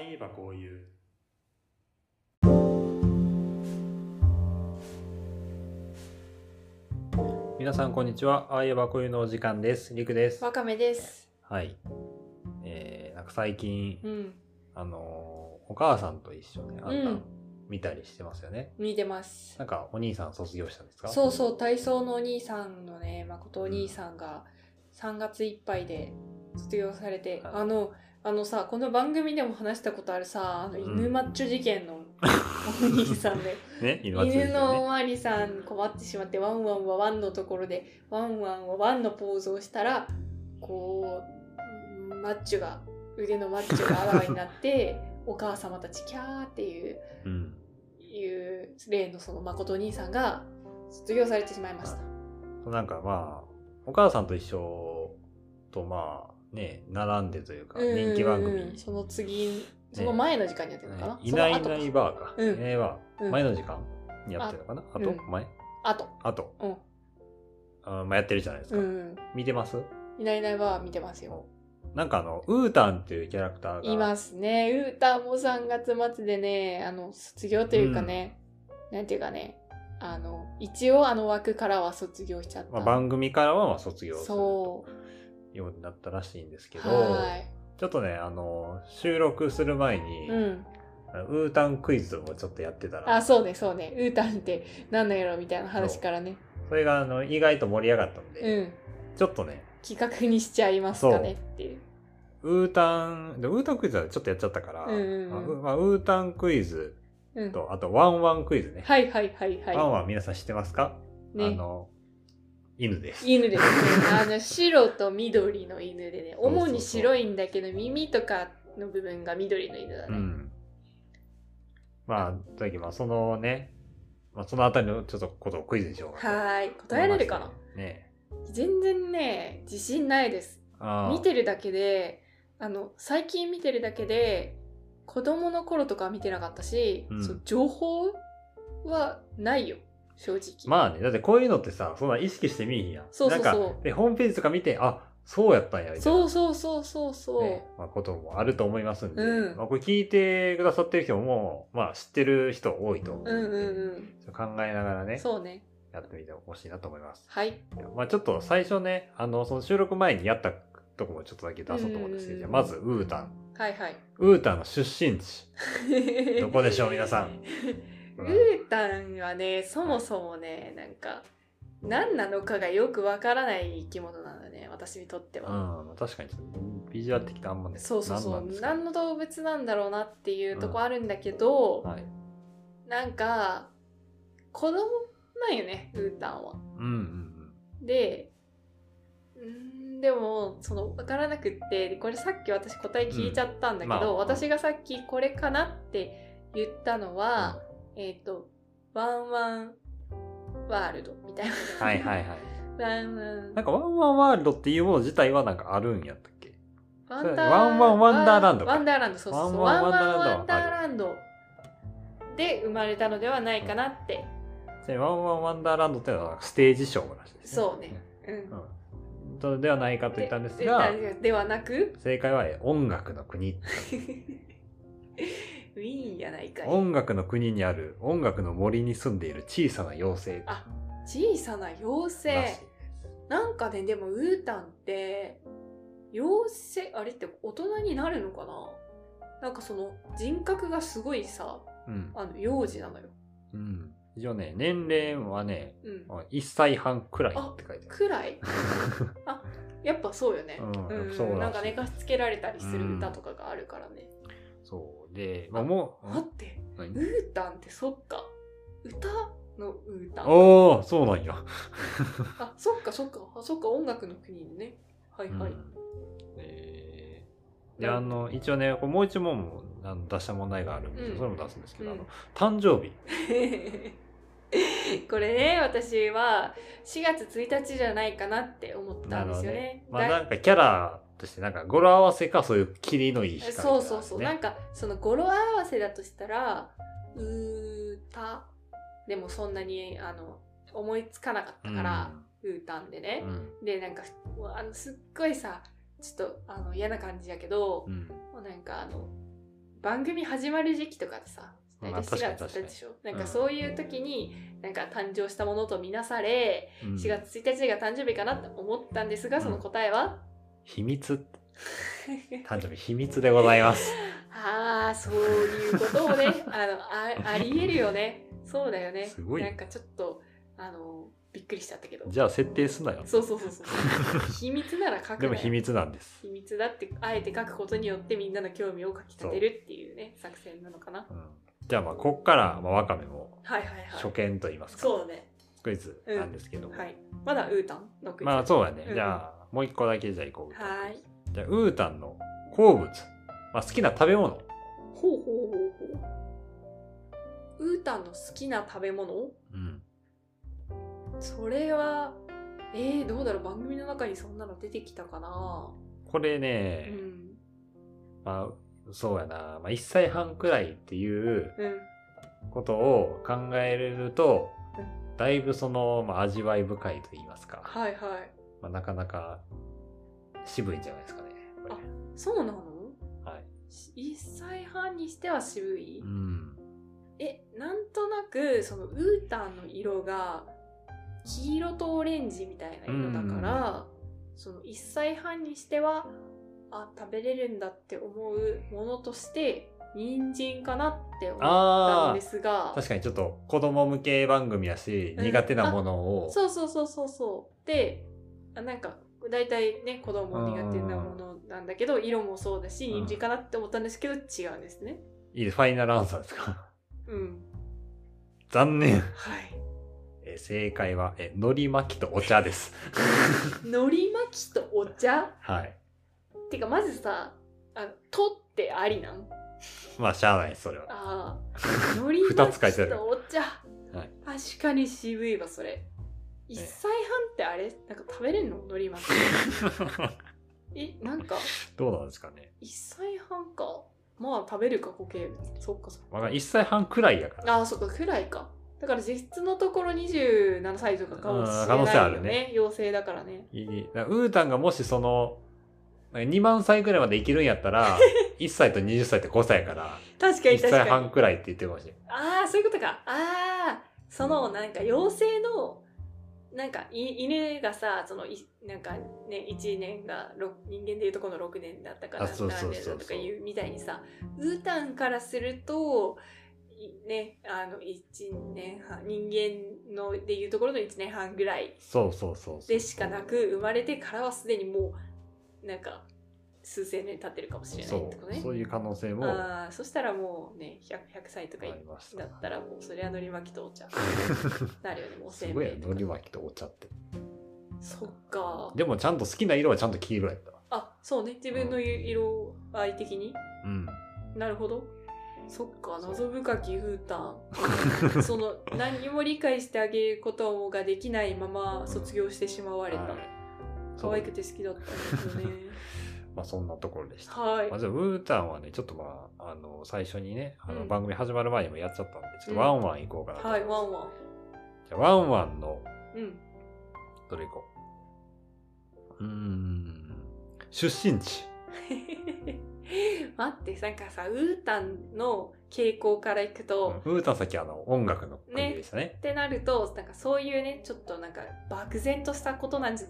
えばこういう皆さんこんにちは。ああいえばこういうのお時間です。りくです。わかめです。はい。えー、なんか最近、うん、あのーお母さんと一緒ね、あんた、うん見たりしてますよね。見てますな。んかお兄さん卒業したんですかそうそう、体操のお兄さんのね、誠お兄さんが3月いっぱいで卒業されて、はいあの、あのさ、この番組でも話したことあるさ、あのうん犬マッチョ事件 のお兄さんで、ね、犬はついてる犬のおね。まわりさん困ってしまって、ワンワンはワンのところで、ワンワンはワンのポーズをしたら、こう、マッチョが、腕のマッチョがあらわにな って、お母様たちキャーっていう。うん。いう例のその誠お兄さんが卒業されてしまいました。なんかまあ、お母さんと一緒とまあ、ね、並んでというか、人気番組うんうんうんその次、その前の時間にやってるのかな、いないいそのな後いかバーか。うんいないバうー。ん前の時間にやってるのかなあとうん前後。あと。うんあまあやってるじゃないですうか。ん。見てますいないいないは見てますよ。なんかあの、ウータンっていうキャラクターが。いますね。ウータンも3月末でね、あの、卒業というかね、なんていうかね、あの、一応あの枠からは卒業しちゃった。まあ、番組からはまあ卒業するとそようになったらしいんですけう。ど、はちょっとね、あの、収録する前い。に、うん。あのウータンクイズをちょっとやってたあ、ら、そうね、そうね。ウータンって何なんやろみたいな話からね。それがあの意外と盛り上がったので、うん。ちょっとね、企画にしちゃいますかねっていう。ウータン、でウータンクイズはちょっとやっちゃったから、うんうんうんまあうまあ、ウータンクイズうん、と、あとワンワンクイズね。はいはいはいワンはワン皆さん知ってますか、い。ねあ、の、犬です。犬ですね。あの白と緑の犬でね、そうそう主に白いんだけど耳とかの部分が緑の犬だうね。ん。まあ、というわけでまあ、そのね、まあ、そのあたりのちょっとことをクイズにしようかとはーい。答えられるかなね全然ね、自信ないです。あー見てるだけで、あの、最近見てるだけで、子供の頃とかは見てなかったし、うんそう情報はないよ、正直。まあね、だってこういうのってさ、そんな意識してみいひんやん。そうそうそうなんか、で、ホームページとか見て、あ、そうやったんや、みたいな。そうそうそうそうそう。ねまあ、こともあると思いますんで、うんまあ、これ聞いてくださってる人ももう、まあ、知ってる人多いと思ううんんうで、んちょっと考えながらうん。ね、そうね。やってみてほしいなと思います。はい。まあ、ちょっと最初ね、あの、その収録前にやったとこもちょっとだけ出そうと思うんですけど、うんじゃあまず、ウータン。はいはい。ウータンの出身地。 どどこでしょう、皆 さん。ウータンはねそもそもねなんか何なのかがよくわからない生き物なのね私にとってうは、ん、確かにちょっと、ビジュアル的にあんまね、そうそうそなうんなんですか何の動物なんだろうなっていうとこあるんだけど、はい。なんか子供なんよねウータンは。うんうんうん。でうーんでもその分からなくってこれさっき私答え聞いちゃったんだけど、うんまあ私がさっきこれかなって言ったのは、えっ、と、ワンワンワールドみたいな。 はいはいはい。 ワンワン。なんかワンワンワールドっていうもの自体はなんかあるんやったっけワワンワンワンダーランドかワンダーランド、そうそうそう。ワワンワンワンンワワンダンダーラーランドで生まれたのではないかなって。でワンワンワンダーランドっていうのはなんかステージショーらしいです、そうね。うん。うん。とではないかと言ったんですが、でではなく、 正解はえ音楽の国。ウィーンやないかい。音楽の国にある音楽の森に住んでいる小さな妖精らしあ小さな妖いで精。なんかね、でもウータンって、妖精、あれって大人になるのかななんかその人格がすごいさ、す。うん。あの幼児なのよ。うん。一応ね、年齢はね、うん。 1歳半くらいって書いてある。く らいあやっぱそうよね、うんうんそうらしいなんか寝かしつけられたりする歌とかがあるからね、そう。で、まあ、もう、待って何ウータンってそっか歌のウータンおー、そうなんや。あそっかそっかあそっか音楽の国のねはいはい、うんえーであの一応ねこうもう一問もあの出した問題があるんですよ、うんそれも出すんですけど、うんあの誕生日 これね私は4月1日じゃないかなって思ったんですよねまあだなんかキャラとしてなんか語呂合わせかそういうキリのいい光そうそうそう、ねなんかその語呂合わせだとしたら「うーた」でもそんなにあの思いつかなかったから「うーたん」でうね、んでなんかあのすっごいさちょっとあの嫌な感じやけどう、んもうなんかあの番組始まる時期とかってさ大まあ体確かに4月確か1日にでしょ、なんかそういう時になんか誕生したものとみなされ、うん4月1日が誕生日かなと思ったんですがその答えは、秘密誕生日秘密でございます。 ああそういうこと をねあのあありえるよねそうだよねすごいなんかちょっとあのびっくりしちゃったけどじゃあ設定すなよ。そうそうそうそう秘密なら書くなよ でも秘密なんです。秘密だってあえて書くことによってみんなの興味をかきたてるっていうね作戦なのかなうん、じゃあまあこっから、まあ、わかめもはいはいはい初見と言いますか、そうだねクイズなんですけど、はいまだウータンのクイズまあそうだね、うんじゃあもう一個だけじゃあいこう。はーいじゃあウータンの好物、まあ、好きな食べ物ほうほうほうほうウータンの好きな食べ物うん、それはえー、どうだろう番組の中にそんなの出てきたかなこれうね、んまあそうやな、まあ、1歳半くらいっていううんことを考えるとうだいぶその、まあ、味わい深いと言いますか、はいはいまあ、なかなか渋いんじゃないですかねこそうなのれはい1歳半にしては渋い、うんえなんとなくそのウータンの色が黄色とオレンジみたいな色だから、その1歳半にしてはあ食べれるんだって思うものとして人参かなって思ったんあでーすが確かにちょっと子供向け番組やし、うん苦手なものをそうそうそうそうそうであなんか大体ね子供苦手なものなんだけど色もそうだしうん人参かなって思ったんですけど違うんですね。いいですファイナルアンサーですか うん、残念はいえー正解はえー海苔巻きとお茶です海苔巻きとお茶はいてかまずさあの「と」ってありなんまあしゃあないですそれは ああ海苔二巻つ書いてあきるとお茶、はい確かに渋いわそれ1歳半ってあれなんか食べれんの海 苔巻きえなんかどうなんですかね、 1歳半かまあ食べるか固形物そっかそっまあ、1歳半くらいやからかあーそっかくらいかだから実質のところ27歳とかかもしうん可れ能性あないよるねね陽性だからねいいだからウータンがもしその2万歳ぐらいまで生きるんやった ら1歳と20歳って5歳やから確か1に確歳かに半くらいって言ってるかもしれないああそういうことかああそのなんか妖精のなんかい犬がさそのいなんかね1年がろく人間でいうとこの6年だったからあそうそうそうそうとかいうみたいにさウータンからするといねあの1年半人間のでいうところの1年半ぐらいそうそうそうそうでしかなく生まれてからはすでにもうなんか数千年経ってるかもしれないってことそうね。そういう可能性もあああそしたらもうね 100, 100歳とかいりましただったらもうそれはのり巻きとお茶なるよねもうせすんごいべやいとか海苔巻きとお茶ってそっかでもちゃんと好きな色はちゃんと黄色やったあそうね自分の色合い的に、うんなるほどそっか謎深き風ン その何にも理解してあげることができないまま卒業してしまわれた、はい可愛くそうて好きだったんですよねまあそんなところでしたはいまあ、じゃあ、ウータンはね、ちょっとまあ、あの、最初にね、あうのん番組始まる前にもやっちゃったんで、ちょっうんとワンワン行こうかなと。はいワンワンじゃあワンワンの、うん どれ行こう。うーん、出身地。待ってなんかさウータンの傾向からいくと、うんウータンさっきあの、音楽の番組でしたね。ってなるとなんかそういうねちょっとなんか漠然としたことなんじゃ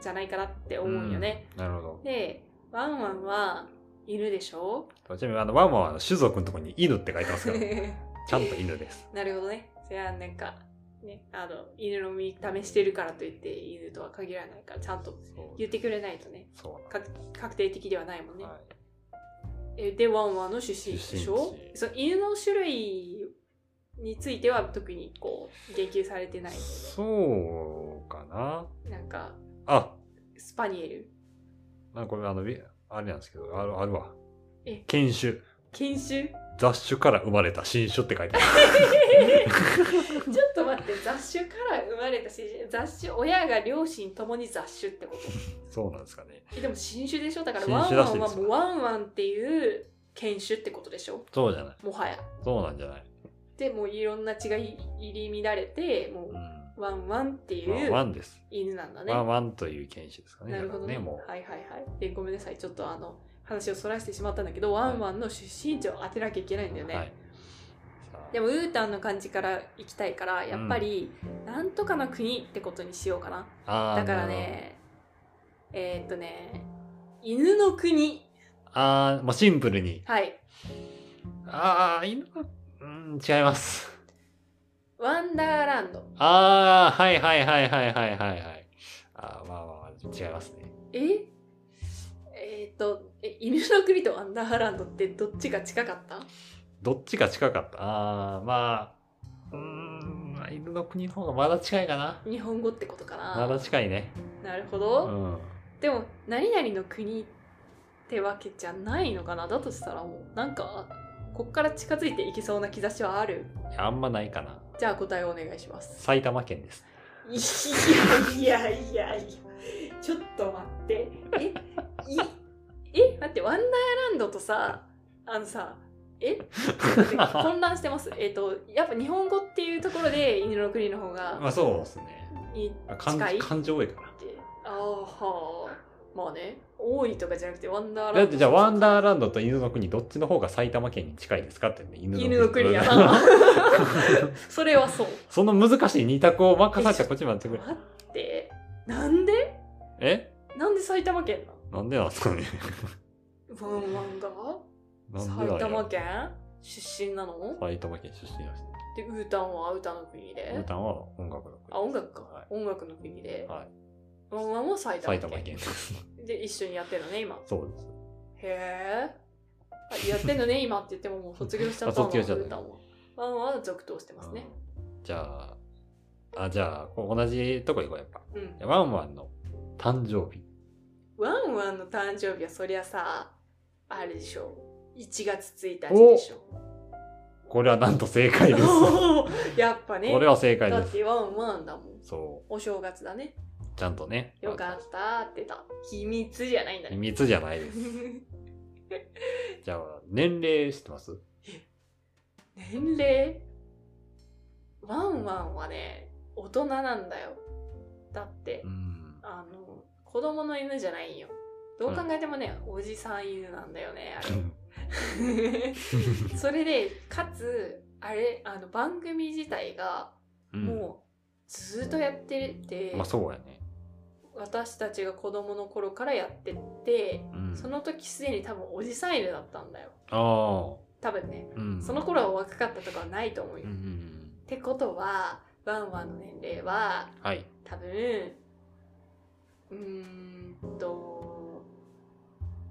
じゃないかなって思うよね。うん。なるほど。でワンワンは犬でしょちなみに、あの、ワンワンはあの種族のところに犬って書いてますか ら、ちゃなんと犬です。るほどね。それはなんか、ね、あの犬の見た目してるからといって犬とは限らないからちゃんとそう言ってくれないとねそうなんか確定的ではないもんね。はいえでワンワンの出身地でしょ出身地その犬の種類については特にこう言及されてない。そうかな。なんかあ、スパニエルなんかこれあの、びあれなんですけど、あるあるわえ。犬種。犬 種雑種から生まれた新種って書いてある。 ちょっと待って雑種から生まれたし雑種親が両親ともに雑種ってことそうなんですかね。えでも新種でしょだから新ワン種ワらしいンではすもうワンワンっていう犬種ってことでしょそうじゃない。もはやそうなんじゃない。でもういろんな血が入り乱れてもうん。うまワンワンっていあ、ワうンです。犬なんだねまあ、ワンという犬種ですかね。なるほどねだからもう。はいはいはいでごめんなさいちょっとあの話をそらしてしまったんだけど、ワンワンの出身地を当てなきゃいけないんだよね。はいさあでもウータンの感じから行きたいからやっぱりなんとかの国ってことにしようかな、あーだからねえー、っとね犬の国なるほどあーもうシンプルにはいああ犬のうん違いますワンダーランドああはいはいはいはいはいはいはいあーまあまあ、まあ、違いますねええー、っとえ犬の国とワンダーランドってどっちが近かったどっちが近かったああまあうーんまあ犬の国の方がまだ近いかな日本語ってことかなまだ近いねなるほうど、んでも何々の国ってわけじゃないのかなだとしたらもうなんかこっから近づいていけそうな兆しはあるいやあんまないかなじゃあ答えをお願いします埼玉県ですいやいやいやいやちょっと待ってえいえ待ってワンダーランドとさあのさえ待って混乱してますえっ、とやっぱ日本語っていうところで犬の国の方がまあそうですねいいってあ感近い感情多いかああはあまあね多いとかじゃなくてワンダなーラだンっドてじゃあワンダーランドと犬の国どっちの方が埼玉県に近いですかってね犬犬の国やな それはそう その難しい二択を任されたらこっちまでやって くれ待ってなんでえなんで埼玉県ななんでなんですかねのワンワンがなんでなんや埼玉県出身なの埼玉県出身なんですでウータンはウータンの国でブータンは音楽の国あ音楽か、は音楽の国でい、はい、ワンワンも埼玉埼県玉県ですで一緒にやってるのね今そうですへえやってん のね今って言ってももう卒業しちゃったあ卒業しちゃったウータンはワンワンは続投してますねうんじゃああじゃあこう同じとこ行こうやっぱうんワンワンの誕生日ワンワンの誕生日はそりゃさあれでしょ1月1日でしょこれはなんと正解 です こおーやっぱねれは正解だでっすてワンワンだもんそお正月だねうちゃんとねよかったってた秘密じゃないんだ秘ね密じゃない ですじゃあ年齢知ってます年齢ワンワンはね大人なんだよだってうんあの子供の犬じゃないよどう考えてもね、おじさん犬なんだよねあれ それでかつあれあの番組自体がもうずっとやってて、うんまあそうやね私たちが子供の頃からやっててうんその時すでに多分おじさん犬だったんだよあ多分ねあうんその頃は若かったとかはないと思うよ、うんうっんてことはワンワンの年齢はうんはい多分うーんと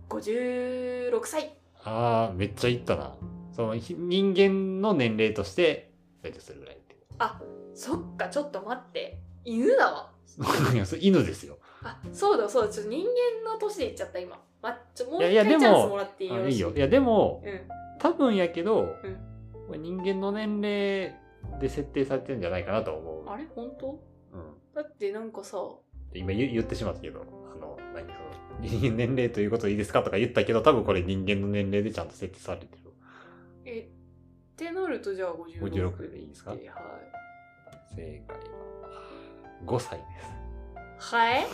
56歳ああめっちゃいったなそのひ人間の年齢として大体それぐらいってそっかちょっと待って犬だわいやそれ犬ですよあそうだそうだちょっと人間の年でいっちゃった今、ま、ちょもいうや一いや回チャンスでももらっていいよあろいしいいよいやでもうん多分やけど、うんこれ人間の年齢で設定されてるんじゃないかなと思うあれ本当うんだってなんかさ今言言ってしまったけど、あの、何その、人間年齢ということいいですかとか言ったけど、多分これ人間の年齢でちゃんと設定されてる。えってなるとじゃあ56 56でいいですかはい正解は、5歳です。はい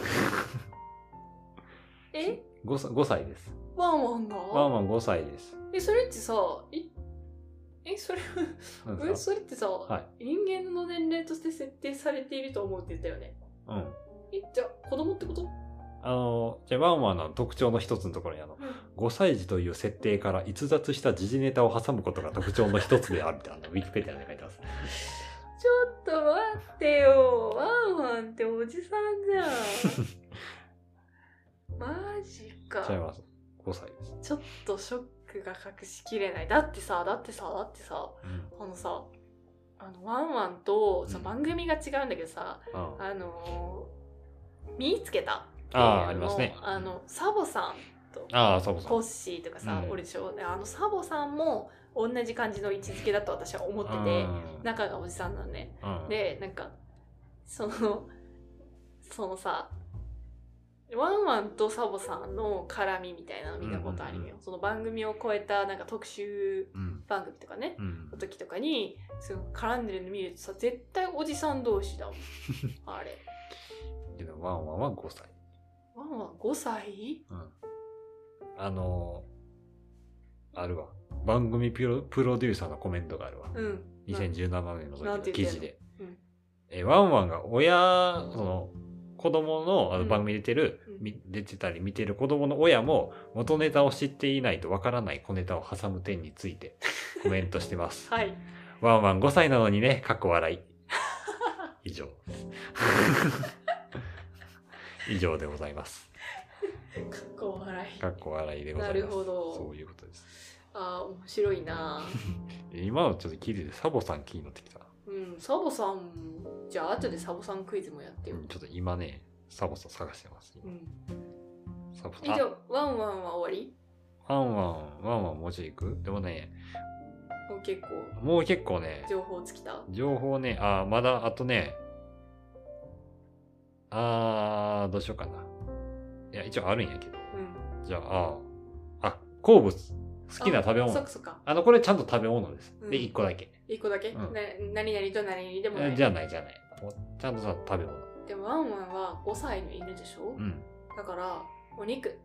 え 5, 歳5歳です。ワンワンがワンワン5歳です。えそれってさええそれなんえですそれってさ、かはい。人間の年齢として設定されていると思うって言ったよねうん。えじゃあ子供ってことあの、じゃあワンワンの特徴の一つのところに、あの、5歳児という設定から逸脱した時事ネタを挟むことが特徴の一つであるって、あの、ウィキペディアに書いて ます。ちょっと待ってよワンワンっておじさ んじゃんマジか違います。5歳です。ちょっとショックが隠しきれないだってさだってさだってさうん。あのさあのワンワンとさうん番組が違うんだけどさ、うんああのー見つけたっていうのあー、ありますね。あのサボさんああ、サボさんコッ。シーとかさ、うん俺でしょであのサボさんも同じ感じの位置づけだと私は思っててう仲がおじさんなんねんうんでなんかそのそのさワンワンとサボさんの絡みみたいなの見たことあるよ、うんうんその番組を超えたなんか特集うん。番組とかねうんの時とかにその絡んでるの見るとさ絶対おじさん同士だ もんあれけどワンワンは5歳。ワンワン5歳、うんあのーあるわ。番組プロプロデューサーのコメントがあるわ。うん。 2017年の時なんのて記言って事んでのうん。えワンワンが親、その、子供のあのうん番組出てる、うんみ出てたり見てる子供の親も元ネタを知っていないとわからない小ネタを挟む点につい てコメントしてます。はい。ワンワン5歳なのにね、かっこ笑 い。以上。 以上でございます。かっこ笑い。かっこ笑いでございます。なるほどそういうことです。ああ、面白い なあ。今のちょっと記事でサボさん気になってきた。うん、サボさん、じゃあ後でサボさんクイズもやってよ。うんちょっと今ね、サボさん探してます。今うん。サボさえ、じん。ゃああワンワンは終ワンワン、ワンワンもうちょい行くでもね、わりもう結構もう結構ね、情報尽きた情報ね、あー、まだ、あとね、あー、どうしようかな。いや、一応あるんやけど。うん。じゃあ、あー、あ、好物。好きなあ食べ物。そっあかそっか。の、これちゃんと食べ物です。で、うん一個だけ。一個だけ、うんな何々と何々でもなえい。じゃないじゃない。もうちゃんとさ、食べ物。でもワンワンは5歳の犬でしょ、うん。だから、お肉。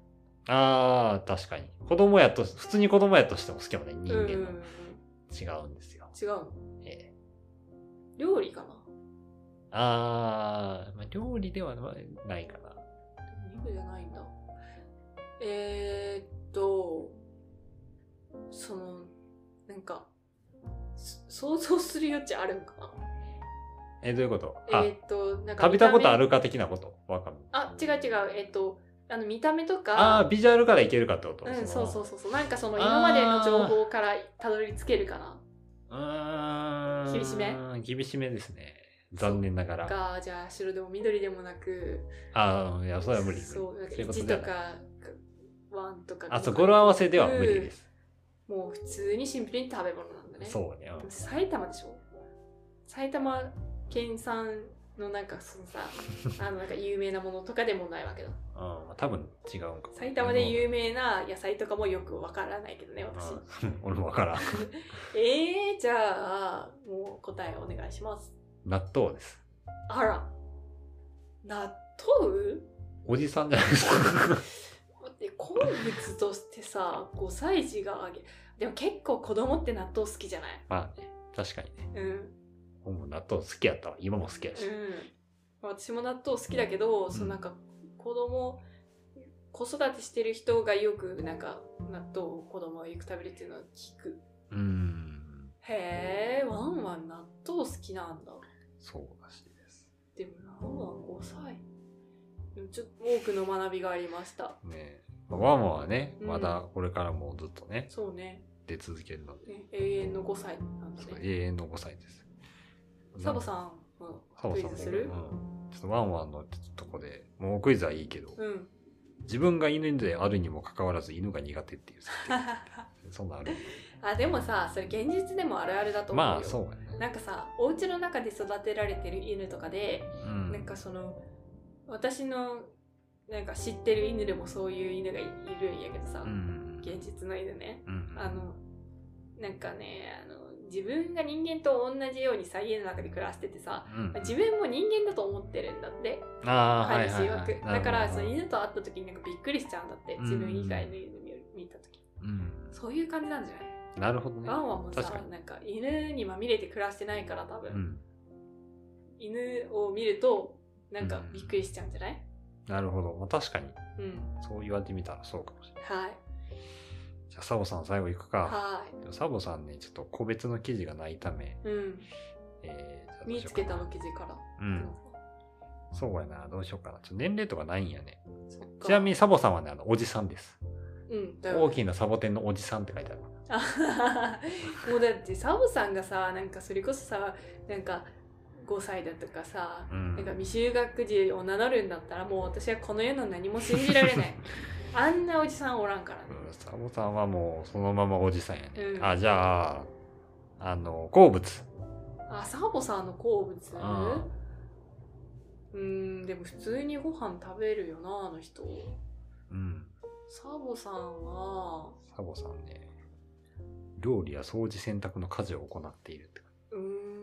あー、確かに。子供やと、普通に子供やとしても好きやもんね、人うんうんうん間の。違ううん。んですよ。違うのええ料理かなあー、まあ、料理ではないかな。肉じゃないんだ。えー、っと、その、なんか、そ想像する余地あるんかなえ、どういうことえあ、ー、っと、なんか食べたことあるるか的なことわかんない。あ、違う違う。えっと、あの、見た目とあー、か、ビジュアルからいけるかってこと。うん、そうそううそうそう。なんかその、今までの情報からたどり着けるかな。うーん。厳しめ厳しめですね。残念ながら。が、じゃあ、白でも緑でもなく、あー、いや、それは無理。そう、なんかいうこと1でとはないか、1とか。あ、そう、語呂合わせでは無理です。うん。もう、普通にシンプルに食べ物なんだね。そうね。うん埼玉でしょ埼玉県産のなんかそのさ あのなんか有名なものとかでもないわけだうん、まあ多分違うんかも。埼玉で有名。名な野菜とかもよくわからないけどね私うん俺もわからん。えー、じゃあもう答えお願いします納豆です。あら納豆おじさんじゃないです か。待って好物としてさ5歳児があげでも結構子供って納豆好きじゃないまあね、確かにね。うん俺も納豆好きやったわ。今も好きやし。うん、私も納豆好きだけど、んそのなんか子供子育てしてる人がよくなんか納豆を子供がよく食べるっていうのは聞くうーん。へえワンワン納豆好きなんだそうらしいです。でもワンワン5歳でもちょっと多くの学びがありましたねえまあワンワンはね、うんまだこれからもずっとね、そうね出続けるので、ね永遠の5歳なんだそうね永遠の5歳です。サボん、さんもサボクイさんもズするうん、ちょっとワンワンのちょっととこで、もうクイズはいいけど、うん、自分が犬であるにもかかわらず犬が苦手っていう設 あ定、そんなんある。でもさそれ現実でもあるあるだと思うよ、まあそうやね。なんかさお家の中で育てられてる犬とかでうんなんかその私のなんか知ってる犬でもそういう犬がいるんやけどさ、うん現実の犬ねうんあのなんかねあの自分が人間と同じようにさ家の中で暮らしててさうん、自分も人間だと思ってるんだってあー飼い主曰はいくだからそのう犬と会った時になんかびっくりしちゃうんだってうん自分以外の犬見見た時ん、そういう感じなんじゃないなるほどねワ。ンワンもさ確かになんか犬にまみれて暮らしてないから多分、うん、犬を見るとなんかびっくりしちゃうんじゃないなるほど。まあ、確かに、うん、そう言われてみたらそうかもしれない。はいじゃあサボさん最後いくか。はでもサボさんね、ちょっと個別の記事がないため、い、うん、えー、じゃあどう見しよつうかなけたの記事から、うん。そうやな、どうしようかな。ちょっと年齢とかないんやね。そっかちなみにサボさんはね、あの、おじさんです。うん、だよね大きなサボテンのおじさんって書いてあるわ。 もうだってサボさんがさなんかそれこそさなんか5歳だとかさ、うんなんか未就学児を名乗るんだったらもう私はこの世の何も信じら れないあんなおじさんおらんからねうんサボさんはもうそのままおじさんやね。うんあ、じゃあ、あの、好物。あサボさんの好物あうーんでも普通にご飯食べるよなあの人うん。サボさんはサボさんね、料理や掃除洗濯の家事を行っているって。うーん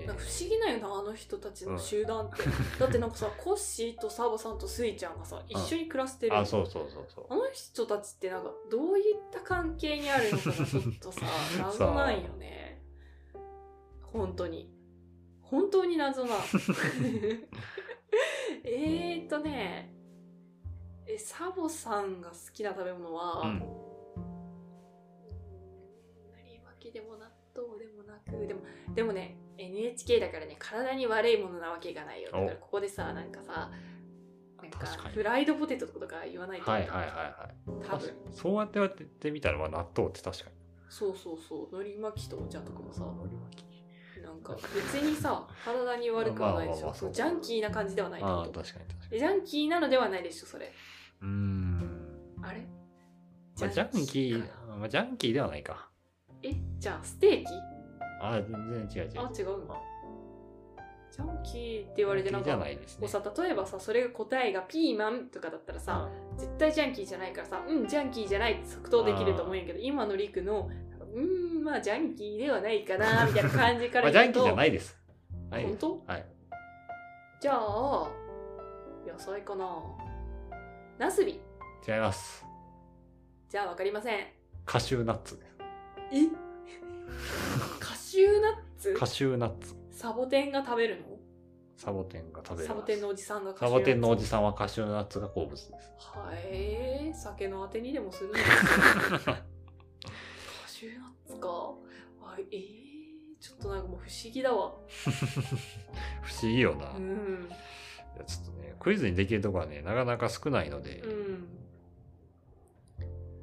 へなんか不思議なんよなあの人たちの集団って、だってなんかさコッシーとサボさんとスイちゃんがさ一緒に暮らしてるあ、そうそうそうそうあ。の人たちってなんかどういった関係にあるのかがちょっ とさ謎なんよね本当に本当に 謎な えーっとねえサボさんが好きな食べ物は、うんりわけでも納豆でもなくでもでもね NHK だからね体に悪いものなわけがないよだおからここでさなんかさなんか確かにフライドポテトとか言わないとはいはいはいはい。多分そうやって言われてみたら、まあ納豆って確かに。そうそうそう海苔巻きとお茶とかもさ海苔巻きなんか別にさ体に悪くはないでしまあまあまょあそうジャンキーな感じではないってああ、こ確かとに確かに。ジャンキーなのではないでしょそれうーん。あれまあ、ジャンキかなー、まあ、ジャンキーではないか。えじゃあステーキああ、全然違う違う。あ違うまのあジャンキーって言われてなんジャンかキーじゃないですこうね。さ例えばさそれが答えがピーマンとかだったらさ、絶対ジャンキーじゃないからさうんジャンキーじゃないって即答できると思うんやけど今のりくのなんかうーんまあジャンキーではないか なみたいな感じうかんまらあ、ジャン言キうとーじゃないです。はい。本当はい。じゃあ野菜かなナスビ違います。じゃあわかりません カシューナッツです。えカシューナッツカシューナッツ。サボテンが食べるのサボテンが食べれます。サボテンのおじさんがカサシューボナッツテンのおじさんはカシューナッツが好物です。はい酒のあてにでもするん ですかカシューナッツかあえー、ちょっとなんかもう不思議だわ不思議よな。ういんやちょっとね、クイズにできるとこはね、なかなか少ないので、うん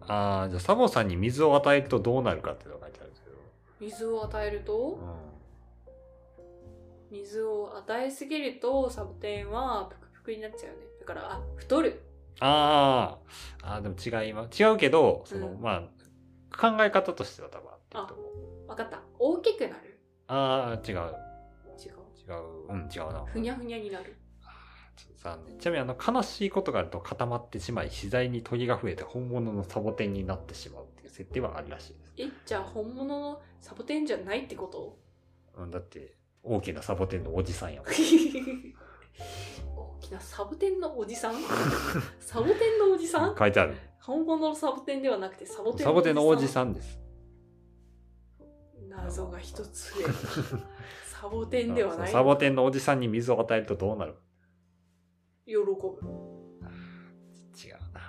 ああ、じゃあサボさんに水を与えるとどうなるかっていうのが書いてあるけど、水を与えると水を与えすぎるとサボテンはプクプクになっちゃうねだからあ太るあーあー、でも違います。違うけど、その、うんまあ、考え方としては多分合ってると思う。わかった大きくなるああー、違う。違う違う。うん、違うな。ふにゃふにゃになるちょっと残念。ちなみに、あの、悲しいことがあると固まってしまい、次第に鳥が増えて本物のサボテンになってしまうっていう設定はあるらしいです。えじゃあ本物のサボテンじゃないってこと うん、だって、大きなサボテンのおじさんやもん。大きなサボテンのおじさんサボテンのおじさん書いてある。本物のサボテンではなくてサボテンサボテンのおじんさんです。謎が一つ増えたサボテンではないサボテンのおじさんに水を与えるとどうなる喜違ぶうな。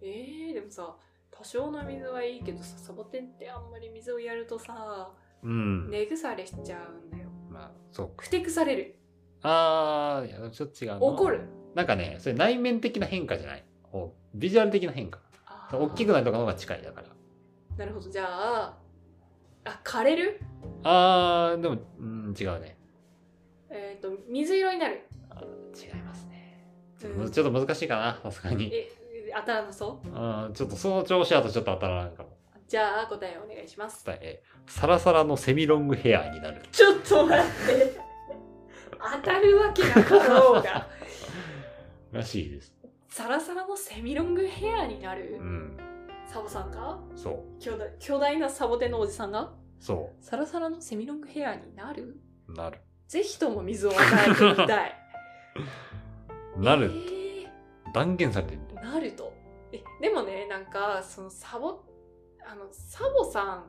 えー、でもさ多少の水はいいけどさサボテンってあんまり水をやるとさうん。根腐れしちゃうんだよまあ、そうか。ふてくされるあー、いや、ちょっと違うな。怒るなんかね、それ内面的な変化じゃない。こうビジュアル的な変化。あー大きくなるとかの方が近いだから。なるほどじゃああ枯れるあー、でも、うん、違うね。えっ、と水色になる、あ違いますね。ちょっとうむん、ちょっと難しいかな、さすがに。え当たらなそううん、ちょっとその調子だとちょっと当たらないかも。じゃあ答えお願いします伝え、サラサラのセミロングヘアになる。ちょっと待って当たるわけなかろうがらしいです。サラサラのセミロングヘアになる、うん、サボさんかそ巨大巨大なサボテンのおじさんがう、そサラサラのセミロングヘアになるう、なる。ぜひとも水を与えてみたい。 なる、え断言されてる。ーなると。えでもねなんかそのサボあのサボさ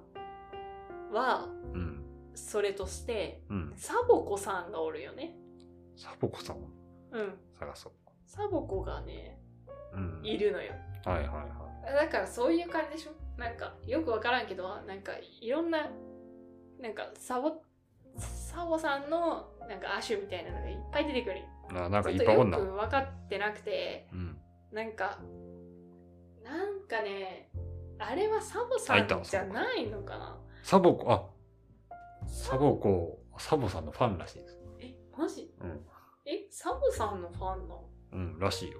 んはうん、それとしてうん。サボ子さんがおるよね。サボ子さんをうん。探そう。サボ子がねうん、いるのよ。はいはいはだからそういう感じでしょなんかよくわからんけどなんかいろんななんかサボサボさんのなんか亜種みたいなのがいっぱい出てくる。い。ななんかいっちょぱいっおとんな。よく分かってなくて。うん。なんか、なんかね、あれはサボさあいたんじゃないのかな。サボ子、あ、サボ子、サボさんのファンらしいです。え、マジうん、え、サボさんのファンなのうん、らしいよ。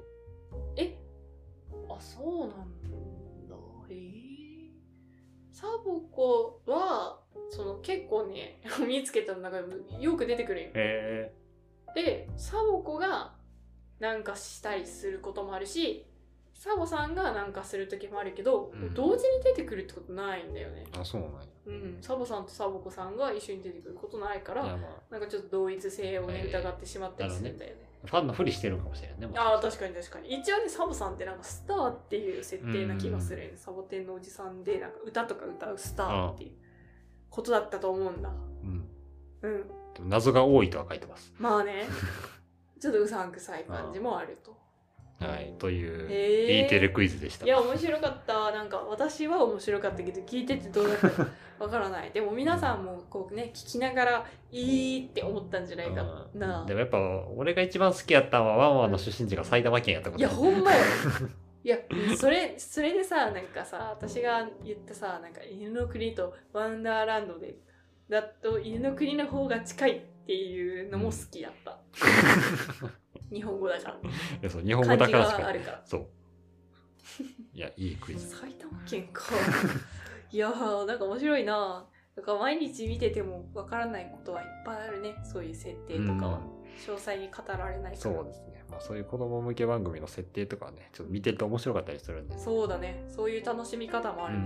え、あ、そうなんだ。えーサボ子は、その結構ね、 見つけた中でよく出てくるよ。へで、サボ子がなんかしたりすることもあるし、サボさんがなんかする時もあるけど、うん同時に出てくるってことないんだよね、あそうなんやうん、サボさんとサボ子さんが一緒に出てくることないからいやまなんかちょっと同一性をねえー疑ってしまったりするんだよね。あファンのふりしてるのかもしれんねもしかしたあらあ確かに確かに一応ねサボさんってなんかスターっていう設定な気がするよねサボテンのおじさんでなんか歌とか歌うスターっていうことだったと思うんだうんうんでも謎が多いとは書いてますまあ ねちょっとうさんくさい感じもあるとはいという、へーいいテレクイズでしたいや面白かったなんか私は面白かったけど聞いててどうだったか わからないでも皆さんもこうね聞きながらいいって思ったんじゃないかな、うんでもやっぱ俺が一番好きやったのはワンワンの出身地が埼玉県やったこいとやほんまよいやそれそれでさなんかさ私が言ったさなんか犬の国とワンダーランドでだと犬の国の方が近いっていうのも好きだ った、日本語だかいやそう日ら本語漢だ字からしがあかるからそういやいいクイズ埼玉県かいやーなんか面白いななんか毎日見ててもわからないことはいっぱいあるねそういう設定とかは、詳細に語られないかそらうですね、まあ、そういう子供向け番組の設定とかはねちょっと見てると面白かったりするんですそうだねそういう楽しみ方もあるね、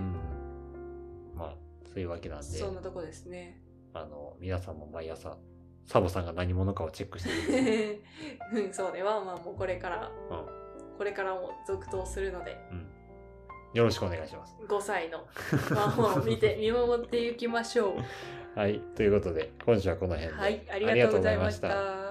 まあそういうわけなんでそんなとこですねあの皆さんも毎朝サボさんが何者かをチェックしてみてください うん、そうね、ワンワンもこれから、うんこれからも続投するので、よろしくお願いします5歳のワンワンを見 て、見守っていきましょう。はいということで今週はこの辺で、はい、ありがとうございました。